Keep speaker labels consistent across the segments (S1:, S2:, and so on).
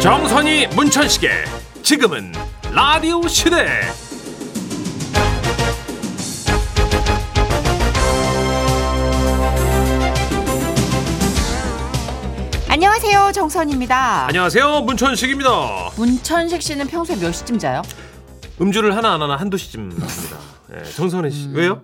S1: 정선이 문천식의 지금은 라디오 시대
S2: 안녕하세요 정선입니다.
S1: 안녕하세요 문천식입니다
S2: 문천식 씨는 평소에 몇 시쯤 자요?
S1: 음주를 하나 안 하나 한두 시쯤 합니다 예, 정선희 씨
S2: 음.
S1: 왜요?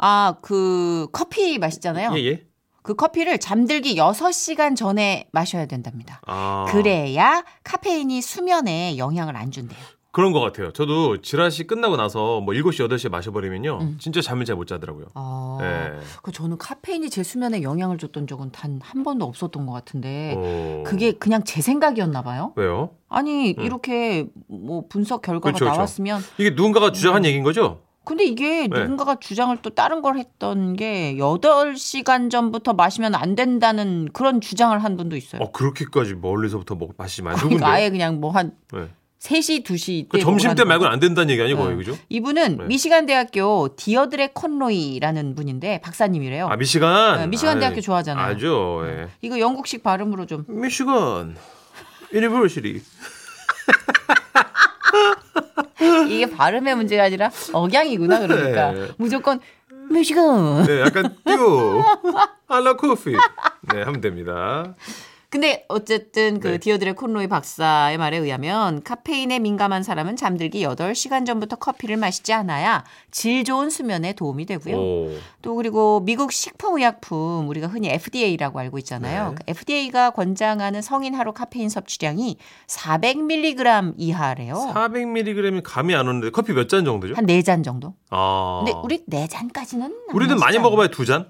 S2: 아 그 커피 마시잖아요.
S1: 예예
S2: 그 커피를 잠들기 6시간 전에 마셔야 된답니다.
S1: 아,
S2: 그래야 카페인이 수면에 영향을 안 준대요.
S1: 그런 것 같아요 저도 지라시 끝나고 나서 뭐 7시 8시에 마셔버리면요 진짜 잠을 잘 못 자더라고요
S2: 음. 아,
S1: 예.
S2: 그 저는 카페인이 제 수면에 영향을 줬던 적은 단 한 번도 없었던 것 같은데
S1: 어,
S2: 네. 그게 그냥 제 생각이었나 봐요.
S1: 왜요?
S2: 아니 이렇게 뭐 분석
S1: 음.
S2: 결과가
S1: 그렇죠, 그쵸, 그쵸.
S2: 나왔으면
S1: 이게 누군가가
S2: 음.
S1: 주장한 얘기인 거죠?
S2: 근데 이게
S1: 네.
S2: 누군가가 주장을 또 다른 걸 했던 게 8시간 전부터 마시면 안 된다는 그런 주장을 한 분도 있어요.
S1: 어 그렇게까지 멀리서부터 먹 마시지 마요
S2: 그러니까
S1: 누군데?
S2: 네. 아예 그냥 뭐 한
S1: 네.
S2: 3시, 2시
S1: 그
S2: 때
S1: 점심 때
S2: 먹으라는
S1: 말고는 안 된다는 얘기 아니고
S2: 거죠.
S1: 거의 그죠?
S2: 이분은
S1: 네.
S2: 미시간 대학교 디어드레 컨로이라는 분인데 박사님이래요.
S1: 아 미시간
S2: 네, 미시간
S1: 아이,
S2: 대학교 좋아하잖아요. 네.
S1: 알죠 예.
S2: 이거 영국식 발음으로 좀
S1: 미시간 유니버시리
S2: 이게 발음의 문제가 아니라 억양이구나 그러니까
S1: 네.
S2: 무조건 미시간.
S1: 네, 약간 띄우 알라 코피 네 하면 됩니다
S2: 근데 어쨌든 그
S1: 네.
S2: 디어드레 콘로이 박사의 말에 의하면 카페인에 민감한 사람은 잠들기 8시간 전부터 커피를 마시지 않아야 질 좋은 수면에 도움이 되고요.
S1: 오.
S2: 또 그리고 미국 식품의약품 우리가 흔히 FDA라고 알고 있잖아요.
S1: 네.
S2: FDA가 권장하는 성인 하루 카페인 섭취량이 400mg 이하래요.
S1: 400mg이 감이 안 오는데 커피 몇 잔 정도죠?
S2: 한 네 잔 정도?
S1: 아
S2: 근데 우리 네잔까지는
S1: 우리는 많이 먹어봐야 두 잔?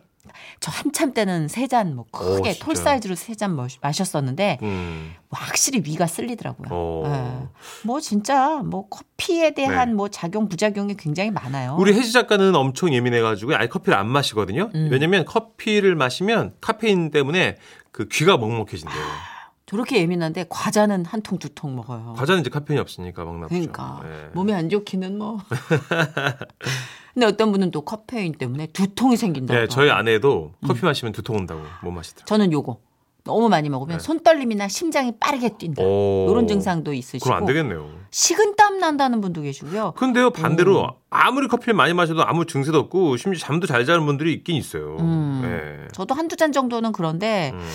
S2: 저 한참 때는 세 잔 뭐 크게
S1: 진짜요?
S2: 톨사이즈로 세 잔 마셨었는데
S1: 음.
S2: 확실히 위가 쓸리더라고요.
S1: 어.
S2: 예. 뭐 진짜 뭐 커피에 대한
S1: 네.
S2: 뭐 작용 부작용이 굉장히 많아요.
S1: 우리 혜지 작가는 엄청 예민해가지고 아예 커피를 안 마시거든요.
S2: 음.
S1: 왜냐면 커피를 마시면 카페인 때문에 그 귀가 먹먹해진대요.
S2: 저렇게 예민한데 과자는 한 통 두 통 먹어요.
S1: 과자는 이제 카페인이 없으니까 막 나쁘죠.
S2: 아. 그러니까
S1: 예.
S2: 몸에 안 좋기는 뭐. 근데 어떤 분은 또 카페인 때문에 두통이 생긴다고.
S1: 네, 저희 아내도
S2: 음.
S1: 커피 마시면 두통 온다고 못 마시더라고요.
S2: 저는 요거 너무 많이 먹으면
S1: 네.
S2: 손떨림이나 심장이 빠르게 뛴다.
S1: 오.
S2: 이런 증상도 있으시고
S1: 그럼 안 되겠네요.
S2: 식은땀 난다는 분도 계시고요.
S1: 근데요 반대로
S2: 음.
S1: 아무리 커피를 많이 마셔도 아무 증세도 없고 심지어 잠도 잘 자는 분들이 있긴 있어요.
S2: 음. 네.
S1: 예.
S2: 저도 한두 잔 정도는 그런데
S1: 음,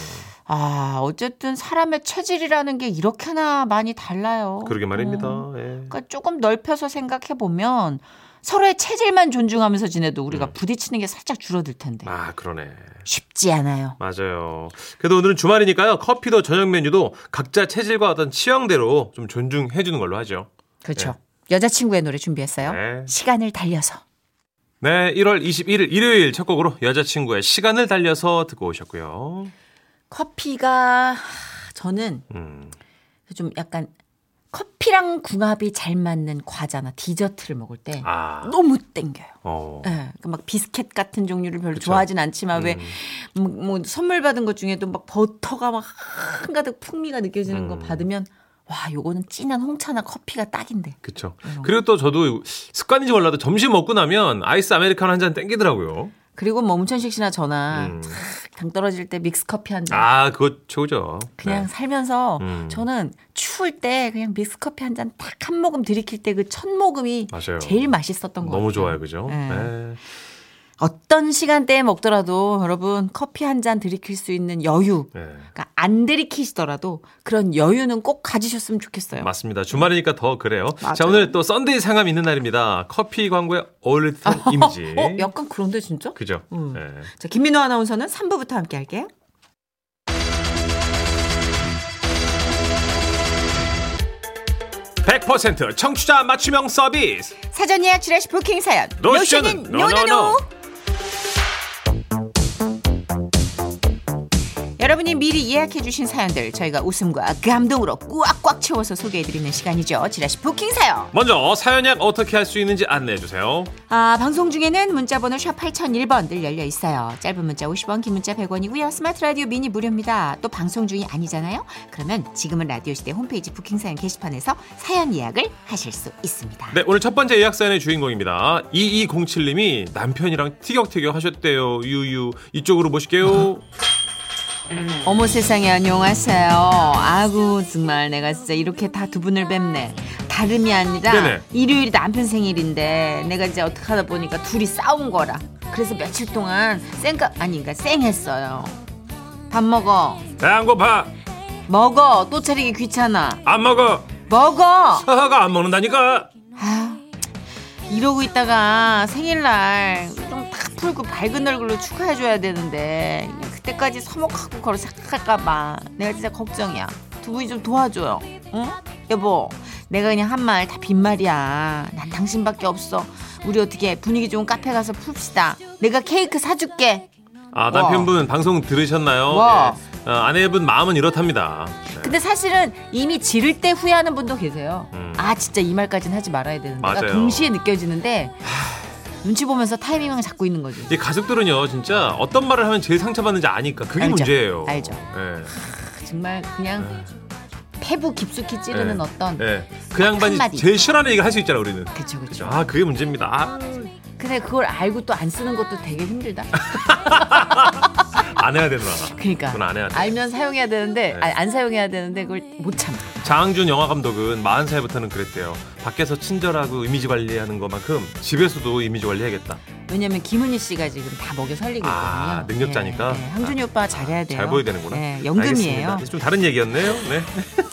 S2: 아 어쨌든 사람의 체질이라는 게 이렇게나 많이 달라요.
S1: 그러게 말입니다.
S2: 음.
S1: 예.
S2: 그러니까 조금 넓혀서 생각해 보면 서로의 체질만 존중하면서 지내도 우리가 부딪히는 게 살짝 줄어들 텐데
S1: 음. 아 그러네.
S2: 쉽지 않아요.
S1: 맞아요. 그래도 오늘은 주말이니까요. 커피도 저녁 메뉴도 각자 체질과 어떤 취향대로 좀 존중해 주는 걸로 하죠.
S2: 그렇죠. 여자친구의 노래 준비했어요.
S1: 네.
S2: 시간을 달려서.
S1: 네, 1월 21일 일요일 첫 곡으로 여자친구의 시간을 달려서 듣고 오셨고요.
S2: 커피가 저는
S1: 음.
S2: 좀 약간 커피랑 궁합이 잘 맞는 과자나 디저트를 먹을 때
S1: 아,
S2: 너무 땡겨요.
S1: 어.
S2: 예, 그러니까 막 비스켓 같은 종류를 별로
S1: 그쵸. 음.
S2: 좋아하진 않지만 왜 뭐 선물 받은 것 중에도 막 버터가 막 한가득 풍미가 느껴지는
S1: 음.
S2: 거 받으면 와 요거는 진한 홍차나 커피가 딱인데
S1: 그쵸.
S2: 음.
S1: 그리고 또 저도 습관인지 몰라도 점심 먹고 나면 아이스 아메리카노 한 잔 땡기더라고요.
S2: 그리고 뭐 문천식 씨나 저나
S1: 음.
S2: 탁 당 떨어질 때 믹스 커피 한 잔.
S1: 아, 그거 최고죠.
S2: 그냥 살면서
S1: 음.
S2: 저는 추울 때 그냥 믹스커피 한 잔 딱 한 모금 들이킬 때 그 첫 모금이
S1: 맞아요.
S2: 제일 맛있었던
S1: 네.
S2: 것
S1: 너무
S2: 같아요.
S1: 좋아요, 그죠?
S2: 네.
S1: 네.
S2: 어떤 시간대에 먹더라도 여러분 커피 한 잔 들이킬 수 있는 여유.
S1: 네.
S2: 그러니까 안 들이키시더라도 그런 여유는 꼭 가지셨으면 좋겠어요.
S1: 맞습니다. 주말이니까 더 그래요.
S2: 네. 맞아요.
S1: 자, 오늘 또 썬데이 상암 있는 날입니다. 커피 광고에 어울릴 듯한 이미지.
S2: 어, 약간 그런데 진짜?
S1: 그죠?
S2: 음.
S1: 네.
S2: 자, 김민호 아나운서는 3부부터 함께 할게요.
S1: 퍼센트 청취자 맞춤형 서비스.
S2: 사전 예약 지라시 부킹 사연.
S1: 노션은 노노노.
S2: 여러분이 미리 예약해 주신 사연들 저희가 웃음과 감동으로 꽉꽉 채워서 소개해 드리는 시간이죠. 지라시 부킹 사연.
S1: 먼저 사연 약 어떻게 할 수 있는지 안내해 주세요.
S2: 아, 방송 중에는 문자 번호 샵 8001번 늘 열려 있어요. 짧은 문자 50원, 긴 문자 100원이고요. 스마트 라디오 미니 무료입니다. 또 방송 중이 아니잖아요. 그러면 지금은 라디오 시대 홈페이지 부킹 사연 게시판에서 사연 예약을 하실 수 있습니다.
S1: 네, 오늘 첫 번째 예약 사연의 주인공입니다. 2207님이 남편이랑 티격태격 하셨대요. 유유. 이쪽으로 모실게요.
S2: 어머 세상에 안녕하세요. 아구 정말 내가 진짜 이렇게 다 두 분을 뵙네. 다름이 아니라
S1: 네네.
S2: 일요일이 남편 생일인데 내가 이제 어떻게 하다 보니까 둘이 싸운 거라. 그래서 며칠 동안 생각 아니가 쌩했어요. 밥 먹어.
S1: 배안 고파.
S2: 먹어. 또 차리기 귀찮아.
S1: 안 먹어.
S2: 먹어.
S1: 하하가 안 먹는다니까.
S2: 아, 이러고 있다가 생일날 좀 다 풀고 밝은 얼굴로 축하해줘야 되는데 그때까지 서먹하고 걸어 착각할까봐 내가 진짜 걱정이야. 두 분이 좀 도와줘요. 응? 여보, 내가 그냥 한 말 다 빈말이야. 난 당신밖에 없어. 우리 어떻게 분위기 좋은 카페 가서 풉시다. 내가 케이크 사줄게.
S1: 아 남편분 방송 들으셨나요?
S2: 와.
S1: 예. 어, 아내분 마음은 이렇답니다. 네.
S2: 근데 사실은 이미 지를 때 후회하는 분도 계세요.
S1: 음.
S2: 아 진짜 이 말까지는 하지 말아야 되는데 그러니까
S1: 맞아요.
S2: 동시에 느껴지는데 눈치 보면서 타이밍을 잡고 있는 거죠.
S1: 이 가족들은요 진짜 어떤 말을 하면 제일 상처받는지 아니까 그게
S2: 알죠.
S1: 문제예요.
S2: 알죠.
S1: 예.
S2: 정말 그냥 폐부 깊숙이 찌르는
S1: 네.
S2: 어떤
S1: 예. 그 양반이
S2: 한마디.
S1: 제일 싫어하는 얘기 할 수 있잖아 우리는.
S2: 그쵸 그쵸.
S1: 아 그게 문제입니다. 아,
S2: 근데 그걸 알고 또 안 쓰는 것도 되게 힘들다.
S1: 안 해야 되나.
S2: 그러니까
S1: 그건 안 해야 돼.
S2: 알면 사용해야 되는데
S1: 네.
S2: 아니, 안 사용해야 되는데 그걸 못 참아.
S1: 장항준 영화 감독은 40살부터는 그랬대요. 밖에서 친절하고 이미지 관리하는 것만큼 집에서도 이미지 관리해야겠다.
S2: 왜냐면 김은희 씨가 지금 다 먹여 살리고 있거든요.
S1: 아, 능력자니까. 아,
S2: 네, 네. 항준이 오빠 잘해야 돼요.
S1: 잘 보여야 되는구나.
S2: 네, 연금이에요.
S1: 알겠습니다. 좀 다른 얘기였네요. 네.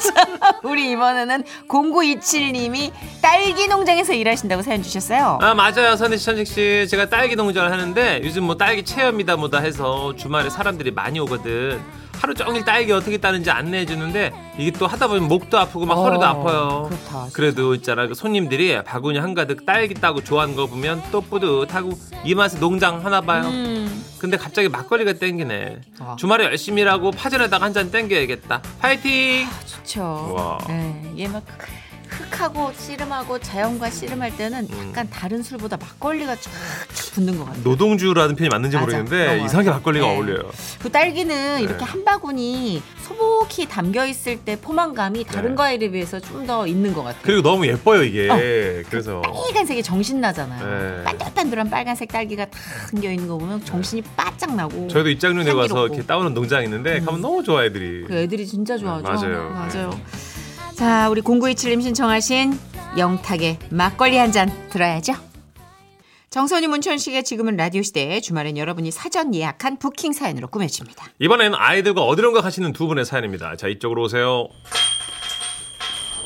S2: 우리 이번에는 0927님이 딸기 농장에서 일하신다고 사연 주셨어요.
S1: 아 맞아요 선희 씨 천식 씨 제가 딸기 농장을 하는데 요즘 뭐 딸기 체험이다 뭐다 해서 주말에 사람들이 많이 오거든 하루 종일 딸기 어떻게 따는지 안내해 주는데 이게 또 하다 보면 목도 아프고 막
S2: 어,
S1: 허리도 아파요
S2: 그렇다.
S1: 래도 있잖아 그 손님들이 바구니 한가득 딸기 따고 좋아하는 거 보면 또 뿌듯하고 이 맛에 농장 하나 봐요
S2: 음.
S1: 근데 갑자기 막걸리가 땡기네
S2: 아.
S1: 주말에 열심히 일하고 파전에다가 한 잔 땡겨야겠다 파이팅
S2: 좋죠.
S1: 우와.
S2: 네, 얘막 흑하고 씨름하고 자연과 씨름할 때는
S1: 음.
S2: 약간 다른 술보다 막걸리가 쫙 붙는 것 같아요.
S1: 노동주라는 편이 맞는지
S2: 맞아.
S1: 모르겠는데
S2: 넘어요.
S1: 이상하게 막걸리가
S2: 네.
S1: 어울려요
S2: 그 딸기는
S1: 네.
S2: 이렇게 한 바구니 소복히 담겨 있을 때 포만감이 다른
S1: 네.
S2: 과일에 비해서 좀 더 있는 것 같아요.
S1: 그리고 너무 예뻐요
S2: 어.
S1: 이게 그래서
S2: 빨간색이 정신 나잖아요.
S1: 네.
S2: 반들반들한 빨간색 딸기가 다 담겨 있는 거 보면 정신이 바짝 나고.
S1: 저희도 입장료 내고 와서
S2: 향기롭고. 음.
S1: 이렇게 따오는 농장 있는데 가면 너무 좋아 애들이.
S2: 그 애들이 진짜 좋아하죠.
S1: 예. 맞아요.
S2: 맞아요. 자, 우리 0927님 신청하신 영탁의 막걸리 한 잔 들어야죠. 정선희 문천식의 지금은 라디오 시대에 주말엔 여러분이 사전 예약한 부킹 사연으로 꾸며집니다.
S1: 이번에는 아이들과 어디론가 가시는 두 분의 사연입니다. 자 이쪽으로 오세요.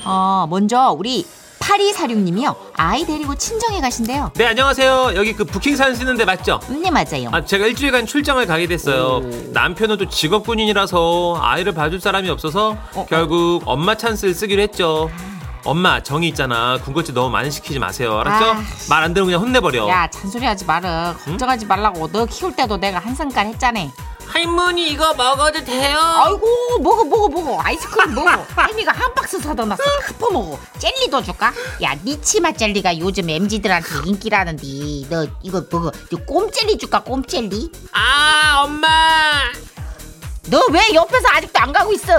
S2: 어, 먼저 우리 8246님이요. 아이 데리고 친정에 가신대요.
S1: 네 안녕하세요. 여기 그 부킹 사연 쓰는데 맞죠?
S2: 네, 맞아요.
S1: 아 제가 일주일간 출장을 가게 됐어요. 남편은 또 직업군인이라서 아이를 봐줄 사람이 없어서
S2: 어.
S1: 결국 엄마 찬스를 쓰기로 했죠. 엄마 정이 있잖아. 군것질 너무 많이 시키지 마세요. 알았죠?
S2: 아.
S1: 말 안 들으면 그냥 혼내버려.
S2: 야, 잔소리 하지 마라. 걱정하지 말라고. 너 키울 때도 내가 한 상간 했잖아.
S1: 할머니 이거 먹어도 돼요?
S2: 아이고 먹어 먹어 먹어 아이스크림 먹어 할미가 한 박스 사다 놨어 다 퍼먹어 젤리도 줄까? 야 니치마 젤리가 요즘 MZ들한테 인기라는데 너 이거 먹어 너 꼼젤리 줄까 꼼젤리?
S1: 아 엄마.
S2: 너 왜 옆에서 아직도 안 가고 있어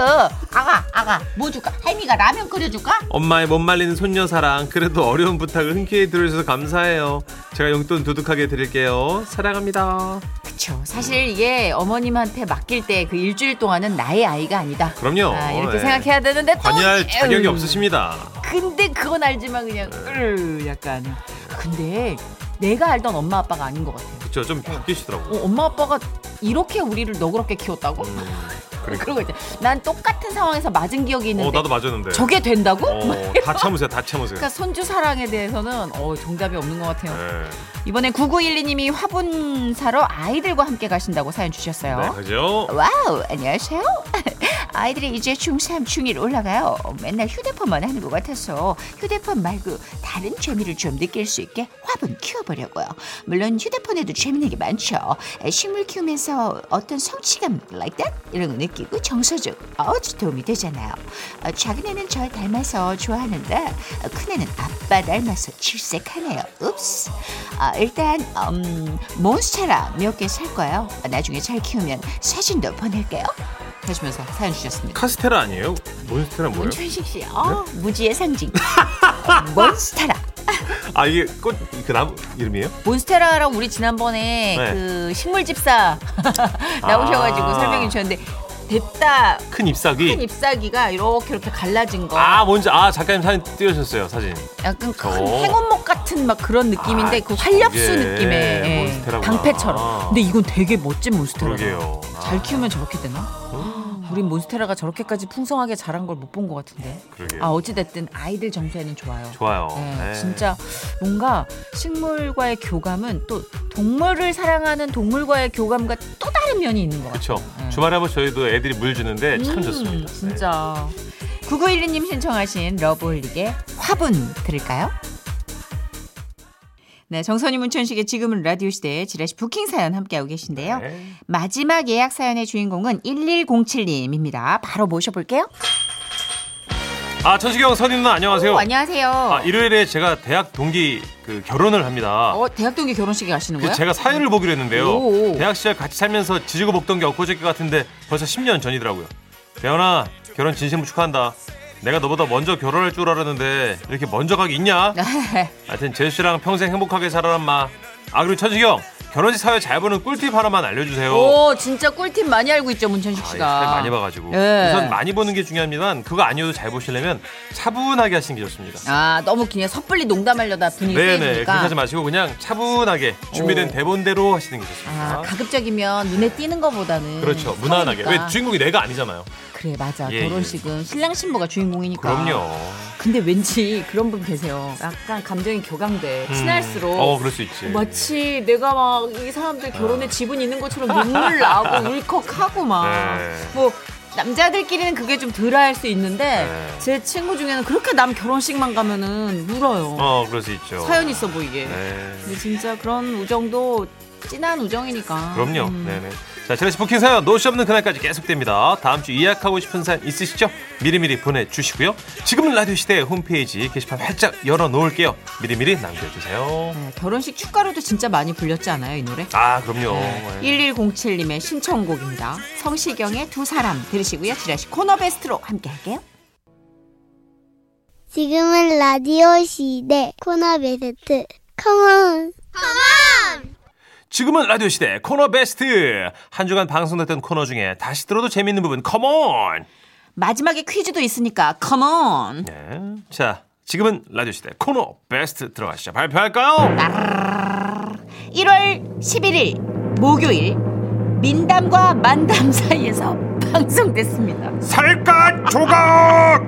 S2: 아가 아가 뭐 줄까? 할미가 라면 끓여줄까?
S1: 엄마의 못 말리는 손녀 사랑 그래도 어려운 부탁을 흔쾌히 들어주셔서 감사해요 제가 용돈 두둑하게 드릴게요 사랑합니다
S2: 그쵸 사실 이게 어머님한테 맡길 때 그 일주일 동안은 나의 아이가 아니다
S1: 그럼요 예.
S2: 되는데 또
S1: 관여할 자격이
S2: 어,
S1: 예.
S2: 에휴.
S1: 없으십니다
S2: 근데 그건 알지만 그냥 으, 약간 근데 내가 알던 엄마 아빠가 아닌 것 같아요.
S1: 그쵸 좀 바뀌시더라고요
S2: 어, 엄마 아빠가 이렇게 우리를 너그럽게 키웠다고?
S1: 음, 그러니까
S2: 그러고 이제 난 똑같은 상황에서 맞은 기억이 있는데
S1: 어 나도 맞았는데
S2: 저게 된다고?
S1: 어, 다 참으세요 다 참으세요
S2: 그러니까 손주 사랑에 대해서는 어, 정답이 없는 것 같아요.
S1: 네,
S2: 이번에 9912님이 화분 사러 아이들과 함께 가신다고 사연 주셨어요.
S1: 네 가죠
S2: 와우 안녕하세요 아이들이 이제 중3 중1 올라가요 맨날 휴대폰만 하는 것 같아서 휴대폰 말고 다른 재미를 좀 느낄 수 있게 화분 키워보려고요 물론 휴대폰에도 재밌는 게 많죠 식물 키우면서 어떤 성취감 like that 이런 거 느끼고 정서적 아주 도움이 되잖아요 어, 작은 애는 절 닮아서 좋아하는데 어, 큰애는 아빠 닮아서 질색하네요 읍스 아, 일단 음, 몬스테라 몇 개 살 거예요. 나중에 잘 키우면 사진도 보낼게요. 하시면서 사연 주셨습니다.
S1: 카스테라 아니에요? 몬스테라 뭐예요? 네?
S2: 문춘식 씨, 어, 무지의 상징. 몬스테라.
S1: 아 이게 꽃 그 나무 이름이에요?
S2: 몬스테라랑 우리 지난번에
S1: 네.
S2: 그 식물 집사 나오셔가지고
S1: 아.
S2: 설명해 주셨는데 됐다.
S1: 큰 잎사귀.
S2: 큰 잎사귀가 이렇게 이렇게 갈라진 거.
S1: 아 뭔지 아 작가님 사진 띄워주셨어요 사진. 음?
S2: 약간 큰
S1: 오.
S2: 행운목 같은 막 그런 느낌인데
S1: 어. 아,
S2: 그 활엽수
S1: 저게
S2: 느낌의 예,
S1: 몬스테라구나.
S2: 방패처럼. 근데 이건 되게 멋진 몬스테라.
S1: 그러게요.
S2: 잘
S1: 아,
S2: 키우면 저렇게 되나? 우리 몬스테라가 저렇게까지 풍성하게 자란 걸 못 본 것 같은데.
S1: 그러게요.
S2: 아 어찌됐든 아이들 점수에는 좋아요.
S1: 좋아요.
S2: 네,
S1: 네.
S2: 진짜 뭔가 식물과의 교감은 또 동물을 사랑하는 동물과의 교감과 또 다른 면이 있는 것 같아요.
S1: 그렇죠.
S2: 네.
S1: 주말에 한번 저희도 애들이 물 주는데 참
S2: 음,
S1: 좋습니다. 네.
S2: 진짜. 9912님 신청하신 러브홀릭의 화분 들을까요? 네, 정선이 문천식의 지금은 라디오 시대에 지라시 부킹 사연 함께하고 계신데요.
S1: 네.
S2: 마지막 예약 사연의 주인공은 1107님입니다. 바로 모셔볼게요.
S1: 아 천식이 형 선희 누나 안녕하세요.
S2: 오, 어, 안녕하세요.
S1: 아 일요일에 제가 대학 동기 그 결혼을 합니다.
S2: 어, 대학 동기 결혼식에 가시는
S1: 그
S2: 거예요?
S1: 제가 사회를 보기로 했는데요.
S2: 오.
S1: 대학 시절 같이 살면서 지지고 볶던 게 엊그저께 같은데 벌써 10년 전이더라고요. 대현아 결혼 진심으로 축하한다. 내가 너보다 먼저 결혼할 줄 알았는데 이렇게 먼저 가기 있냐?
S2: 네.
S1: 하여튼 제수씨랑 평생 행복하게 살아란 마. 아 그리고 천식이 형 결혼식 사회 잘 보는 꿀팁 하나만 알려주세요.
S2: 오, 진짜 꿀팁 많이 알고 있죠, 문천식
S1: 어. 아,
S2: 씨가.
S1: 잘 많이 봐가지고
S2: 예.
S1: 우선 많이 보는 게 중요합니다만 그거 아니어도 잘 보시려면 차분하게 하시는 게 좋습니다.
S2: 아, 너무 그냥 섣불리 농담하려다 분위기
S1: 네네 그렇게
S2: 세니까.
S1: 하지 마시고 그냥 차분하게 준비된
S2: 오.
S1: 대본대로 하시는 게 좋습니다.
S2: 아, 가급적이면 눈에 띄는 거보다는
S1: 그렇죠 무난하게 왜 주인공이 내가 아니잖아요.
S2: 그래 맞아
S1: 예,
S2: 결혼식은 신랑 신부가 주인공이니까
S1: 그럼요.
S2: 근데 왠지 그런 분 계세요 약간 감정이 교감돼
S1: 음.
S2: 친할수록
S1: 어, 그럴 수 있지.
S2: 마치 내가 막 이 사람들
S1: 아.
S2: 결혼에 지분이 있는 것처럼 눈물 나고 울컥하고 막
S1: 네.
S2: 뭐 남자들끼리는 그게 좀 덜할 수 있는데
S1: 네.
S2: 제 친구 중에는 그렇게 남 결혼식만 가면은 울어요
S1: 어, 그럴 수 있죠.
S2: 사연 있어 보이게
S1: 네.
S2: 근데 진짜 그런 우정도 진한 우정이니까
S1: 그럼요.
S2: 음.
S1: 네네. 자, 지라시 부킹 사연 노시 없는 그날까지 계속됩니다. 다음 주 예약하고 싶은 사연 있으시죠? 미리미리 보내주시고요. 지금은 라디오 시대 홈페이지 게시판 활짝 열어놓을게요. 미리미리 남겨주세요.
S2: 네, 결혼식 축가로도 진짜 많이 불렸지 않아요 이 노래?
S1: 아, 그럼요.
S2: 네.
S1: 네.
S2: 1107님의 신청곡입니다. 성시경의 두 사람 들으시고요. 지라시 코너 베스트로 함께 할게요.
S3: 지금은 라디오 시대 코너 베스트 컴온
S1: 지금은 라디오 시대 코너 베스트. 한 주간 방송됐던 코너 중에 다시 들어도 재밌는 부분, 컴온!
S2: 마지막에 퀴즈도 있으니까 컴온.
S1: 네. 자, 지금은 라디오 시대 코너 베스트 들어가시죠. 발표할까요?
S2: 1월 11일 목요일 민담과 만담 사이에서 방송됐습니다.
S1: 살갗 조각!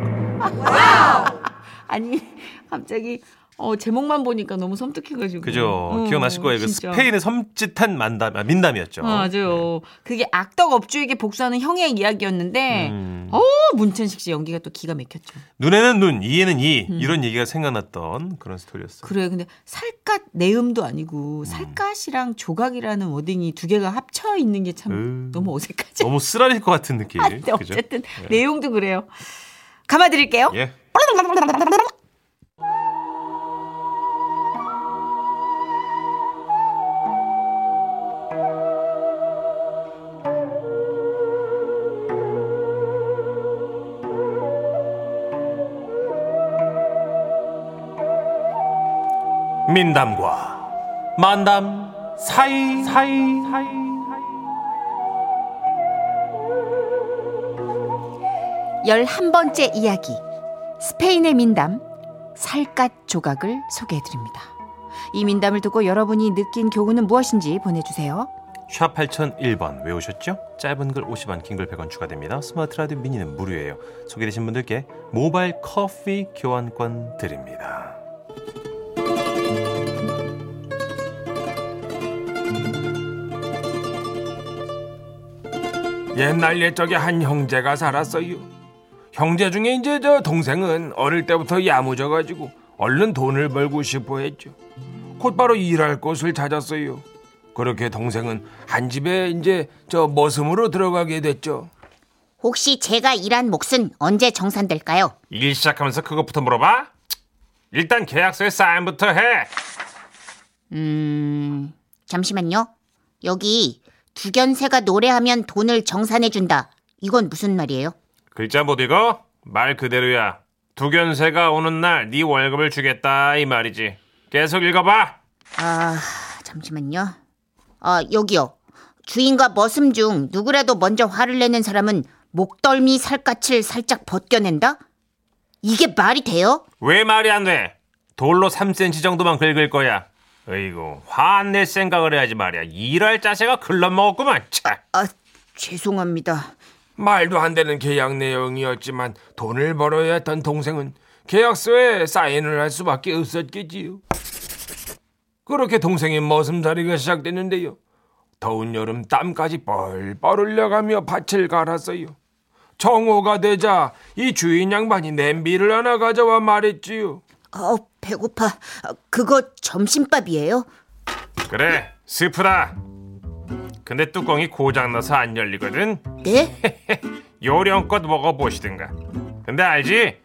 S2: 아니 갑자기 어, 제목만 보니까 너무 섬뜩해가지고.
S1: 그죠.
S2: 음,
S1: 기억나실 거예요. 그
S2: 진짜.
S1: 스페인의 섬찟한 만담, 아, 민담이었죠.
S2: 아, 맞아요. 그게 악덕 업주에게 복수하는 형의 이야기였는데,
S1: 음.
S2: 어 문천식 씨 연기가 또 기가 막혔죠.
S1: 눈에는 눈, 이에는 이 이런 얘기가 생각났던 그런 스토리였어요.
S2: 음. 그래 근데 살갗 내음도 아니고 살갗이랑 조각이라는 워딩이 두 개가 합쳐 있는 게 참
S1: 음.
S2: 너무 어색하지
S1: 너무 쓰라릴 것 같은 느낌.
S2: 않데 네, 어쨌든 내용도 그래요. 감아드릴게요.
S1: 예. 민담과 만담 사이 사이 사이.
S2: 예. 11번째 이야기. 스페인의 민담 살갗 조각을 소개해 드립니다. 이 민담을 듣고 여러분이 느낀 교훈은 무엇인지 보내 주세요.
S1: 샵 8001번 외우셨죠? 짧은 글 50원, 긴 글 100원 추가됩니다. 스마트 라디오 미니는 무료예요. 소개되신 분들께 모바일 커피 교환권 드립니다.
S4: 옛날 옛적에 한 형제가 살았어요. 형제 중에 이제 저 동생은 어릴 때부터 야무져가지고 얼른 돈을 벌고 싶어했죠. 곧바로 일할 곳을 찾았어요. 그렇게 동생은 한 집에 이제 저 머슴으로 들어가게 됐죠.
S5: 혹시 제가 일한 몫은 언제 정산될까요?
S4: 일 시작하면서 그것부터 물어봐. 일단 계약서에 사인부터 해.
S5: 음, 잠시만요. 여기 두견새가 노래하면 돈을 정산해준다. 이건 무슨 말이에요?
S4: 글자 못 읽어? 말 그대로야. 두견세가 오는 날 네 월급을 주겠다 이 말이지. 계속 읽어봐.
S5: 아, 잠시만요. 아, 여기요. 주인과 머슴 중 누구라도 먼저 화를 내는 사람은 목덜미 살갗을 살짝 벗겨낸다? 이게 말이 돼요?
S4: 왜 말이 안 돼? 돌로 3cm 정도만 긁을 거야. 어이구, 화 안 낼 생각을 해야지 말이야. 일할 자세가 글러먹었구만. 차.
S5: 아, 죄송합니다.
S4: 말도 안 되는 계약 내용이었지만 돈을 벌어야 했던 동생은 계약서에 사인을 할 수밖에 없었겠지요. 그렇게 동생의 머슴살이가 시작됐는데요. 더운 여름 땀까지 뻘뻘 흘려가며 밭을 갈았어요. 정오가 되자 이 주인 양반이 냄비를 하나 가져와 말했지요.
S5: 어, 배고파. 아, 그거 점심밥이에요?
S4: 그래, 스프다. 근데 뚜껑이 고장나서 안 열리거든.
S5: 네?
S4: 요령껏 먹어보시든가. 근데 알지?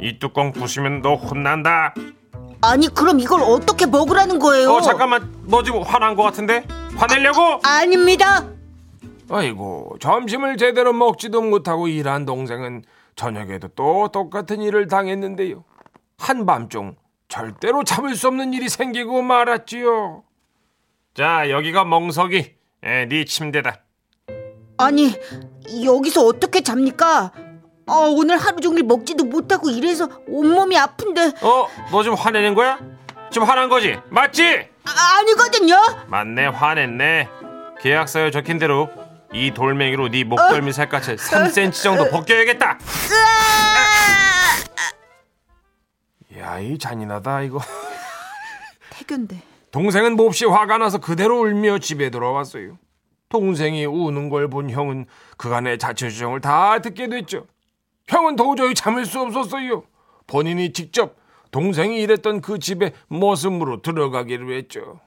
S4: 이 뚜껑 부수면 너 혼난다.
S5: 아니, 그럼 이걸 어떻게 먹으라는 거예요?
S4: 어 잠깐만, 너 지금 화난 거 같은데? 화내려고?
S5: 아닙니다.
S4: 아이고, 점심을 제대로 먹지도 못하고 일한 동생은 저녁에도 또 똑같은 일을 당했는데요. 한밤중 절대로 참을 수 없는 일이 생기고 말았지요. 자, 여기가 멍석이. 에, 네 침대다.
S5: 아니, 여기서 어떻게 잡니까? 아, 오늘 하루 종일 먹지도 못하고 이래서 온몸이 아픈데
S4: 어, 너 지금 화내는 거야? 지금 화난 거지? 맞지?
S5: 아, 아니거든요.
S4: 맞네 화냈네 계약서에 적힌 대로 이 돌멩이로 네 목덜미 살갗을 3cm 정도 벗겨야겠다 야이 잔인하다 이거
S5: 태견데.
S4: 동생은 몹시 화가 나서 그대로 울며 집에 돌아왔어요 동생이 우는 걸 본 형은 그간의 자취 주정을 다 듣게 됐죠 형은 도저히 참을 수 없었어요 본인이 직접 동생이 일했던 그 집에 머슴으로 들어가기로 했죠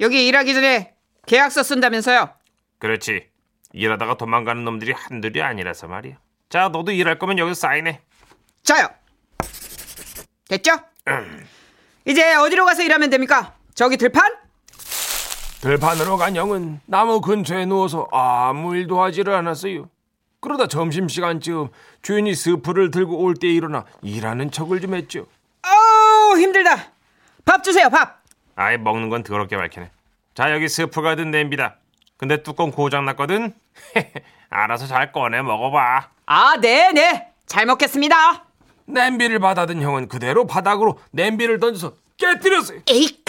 S2: 여기 일하기 전에 계약서 쓴다면서요?
S4: 그렇지. 일하다가 도망가는 놈들이 한둘이 아니라서 말이야. 자, 너도 일할 거면 여기서 사인해.
S2: 저요. 됐죠? 음. 이제 어디로 가서 일하면 됩니까? 저기 들판?
S4: 들판으로 간 형은 나무 근처에 누워서 아무 일도 하지를 않았어요. 그러다 점심시간쯤 주인이 스프를 들고 올 때 일어나 일하는 척을 좀 했죠.
S2: 어우 힘들다. 밥 주세요 밥.
S4: 아예 먹는 건 더럽게 밝히네. 자, 여기 스프가 든 냄비다. 근데 뚜껑 고장 났거든? 알아서 잘 꺼내 먹어봐.
S2: 아 네네 잘 먹겠습니다.
S4: 냄비를 받아든 형은 그대로 바닥으로 냄비를 던져서 깨뜨렸어요.
S5: 에이,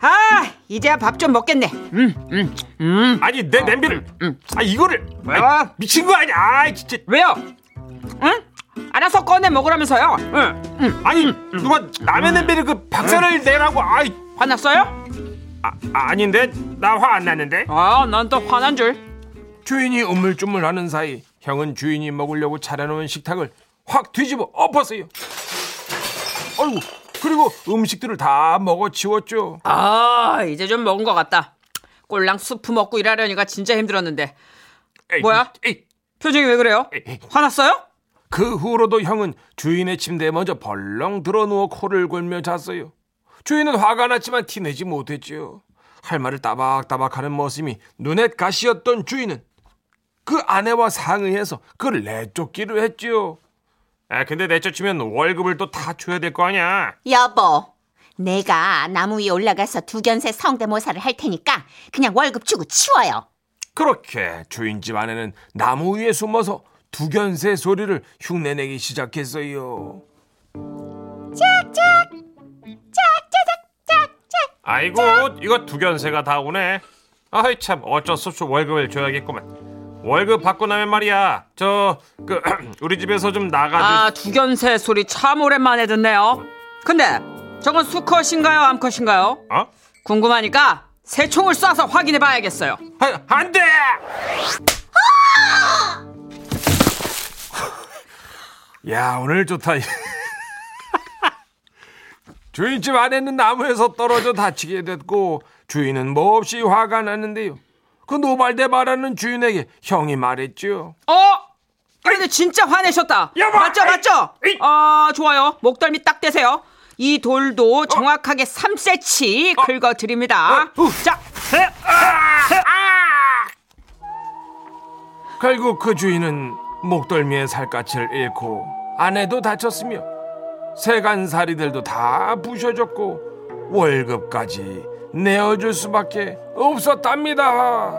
S2: 아 이제야 밥 좀 먹겠네.
S4: 아니 내 냄비를 아 이거를
S2: 아.
S4: 미친 거 아니야 아 진짜
S2: 왜요? 응? 알아서 꺼내 먹으라면서요. 응.
S4: 아니 누가 남의 냄비를 그 박살을 내라고 아이
S2: 화났어요?
S4: 아, 아닌데 나 화 안 났는데
S2: 아난 또 화난 줄.
S4: 주인이 우물쭈물하는 사이 형은 주인이 먹으려고 차려놓은 식탁을 확 뒤집어 엎었어요 어이구 그리고 음식들을 다 먹어치웠죠
S2: 아 이제 좀 먹은 것 같다. 꼴랑 수프 먹고 일하려니까 진짜 힘들었는데
S4: 에이,
S2: 뭐야?
S4: 에이,
S2: 표정이 왜 그래요?
S4: 에이.
S2: 화났어요?
S4: 그 후로도 형은 주인의 침대에 먼저 벌렁 들어누워 코를 골며 잤어요. 주인은 화가 났지만 티내지 못했지요. 할 말을 따박따박하는 모습이 눈엣 가시였던 주인은 그 아내와 상의해서 그를 내쫓기로 했지요. 아 근데 내쫓으면 월급을 또 다 줘야 될 거 아니야.
S5: 여보. 내가 나무 위에 올라가서 두견새 성대모사를 할 테니까 그냥 월급 주고 치워요.
S4: 그렇게 주인집 아내는 나무 위에 숨어서 두견새 소리를 흉내내기 시작했어요. 아이고 이거 두견새가 다 오네. 아이 참 어쩔 수 없이 월급을 줘야겠구만. 월급 받고 나면 말이야 저 그 우리 집에서 좀 나가.
S2: 아 두견새 소리 참 오랜만에 듣네요. 근데 저건 수컷인가요, 암컷인가요?
S4: 어?
S2: 궁금하니까 새총을 쏴서 확인해 봐야겠어요.
S4: 아, 안 돼! 야, 오늘 좋다. 주인집 안에는 나무에서 떨어져 다치게 됐고 주인은 몹시 화가 났는데요. 그 노발대 말하는 주인에게 형이 말했죠.
S2: 어? 근데 진짜 화내셨다.
S4: 여보!
S2: 맞죠,
S4: 아이,
S2: 맞죠?
S4: 에이!
S2: 아 좋아요. 목덜미 딱 대세요. 이 돌도 정확하게 3cm 긁어 드립니다.
S4: 어, 어.
S2: 자,
S4: 결국 그 주인은 목덜미의 살갗을 잃고 아내도 다쳤으며 세간살이들도 다 부셔졌고 월급까지 내어줄 수밖에 없었답니다.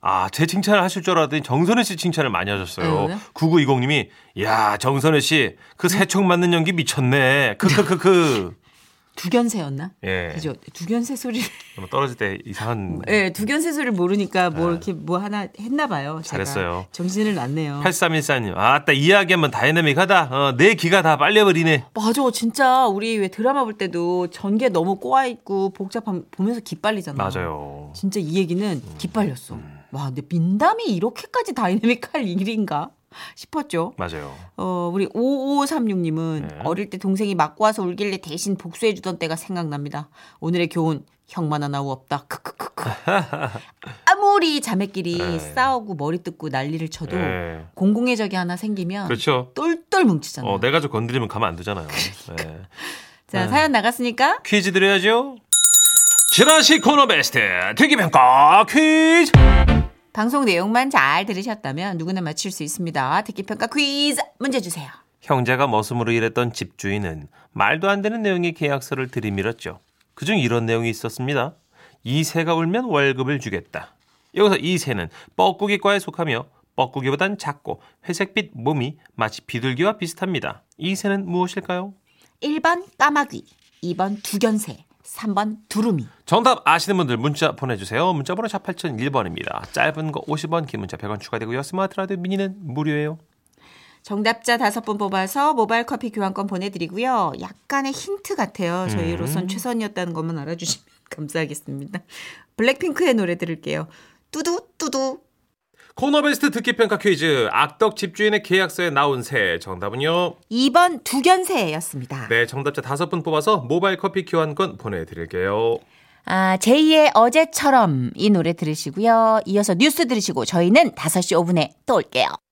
S1: 아, 제 칭찬을 하실 줄 알았더니 정선혜 씨 칭찬을 많이
S2: 네,
S1: 하셨어요.
S2: 네.
S1: 9920님이, 야, 정선혜 씨, 그 세척 맞는 연기 미쳤네. 그, 크크크크.
S2: 두견새였나?
S1: 예.
S2: 네. 그죠? 두견새 소리를
S1: 그럼 떨어질 때 이상한.
S2: 예, 두견새 소리를 모르니까 뭐 이렇게 뭐 하나 했나 봐요. 제가.
S1: 잘했어요.
S2: 정신을 놨네요.
S1: 8314님, 아따, 이야기하면 다이내믹하다. 어, 내 기가 다 빨려버리네.
S2: 맞아. 진짜 우리 왜 드라마 볼 때도 전개 너무 꼬아 있고 복잡함 보면서 기빨리잖아.
S1: 맞아요.
S2: 진짜 이 얘기는 기빨렸어. 와, 근데 민담이 이렇게까지 다이내믹할 일인가 싶었죠.
S1: 맞아요.
S2: 어, 우리 5536님은
S1: 네.
S2: 어릴 때 동생이 맞고 와서 울길래 대신 복수해주던 때가 생각납니다. 오늘의 교훈, 형만 하나 없다. 크크크크. 아무리 자매끼리
S1: 네.
S2: 싸우고 머리 뜯고 난리를 쳐도
S1: 예.
S2: 공공의 적이 하나 생기면
S1: 그렇죠.
S2: 똘똘 뭉치잖아요.
S1: 어, 내 가족 건드리면 가면 안 되잖아요. 예.
S2: 자, 사연 나갔으니까
S1: 퀴즈 드려야죠. 지라시 코너 베스트 되기평가 퀴즈.
S2: 방송 내용만 잘 들으셨다면 누구나 맞출 수 있습니다. 듣기평가 퀴즈 문제 주세요.
S1: 형제가 머슴으로 일했던 집주인은 말도 안 되는 내용의 계약서를 들이밀었죠. 그중 이런 내용이 있었습니다. 이 새가 울면 월급을 주겠다. 여기서 이 새는 뻐꾸기과에 속하며 뻐꾸기보단 작고 회색빛 몸이 마치 비둘기와 비슷합니다. 이 새는 무엇일까요?
S2: 1번 까마귀, 2번 두견새, 3번 두루미.
S1: 정답 아시는 분들 문자 보내주세요. 문자번호 샵 8001번입니다. 짧은 거 50원, 긴 문자 100원 추가되고요. 스마트 라디오 미니는 무료예요.
S2: 정답자 다섯 분 뽑아서 모바일 커피 교환권 보내드리고요. 약간의 힌트 같아요. 저희로선 최선이었다는 것만 알아주시면 감사하겠습니다. 블랙핑크의 노래 들을게요. 뚜두 뚜두.
S1: 코너 베스트 듣기 평가 퀴즈 악덕 집주인의 계약서에 나온 새 정답은요.
S2: 2번 두견새였습니다.
S1: 네, 정답자 다섯 분 뽑아서 모바일 커피 교환권 보내드릴게요.
S2: 아, 제이의 어제처럼 이 노래 들으시고요. 이어서 뉴스 들으시고 저희는 5시 5분에 또 올게요.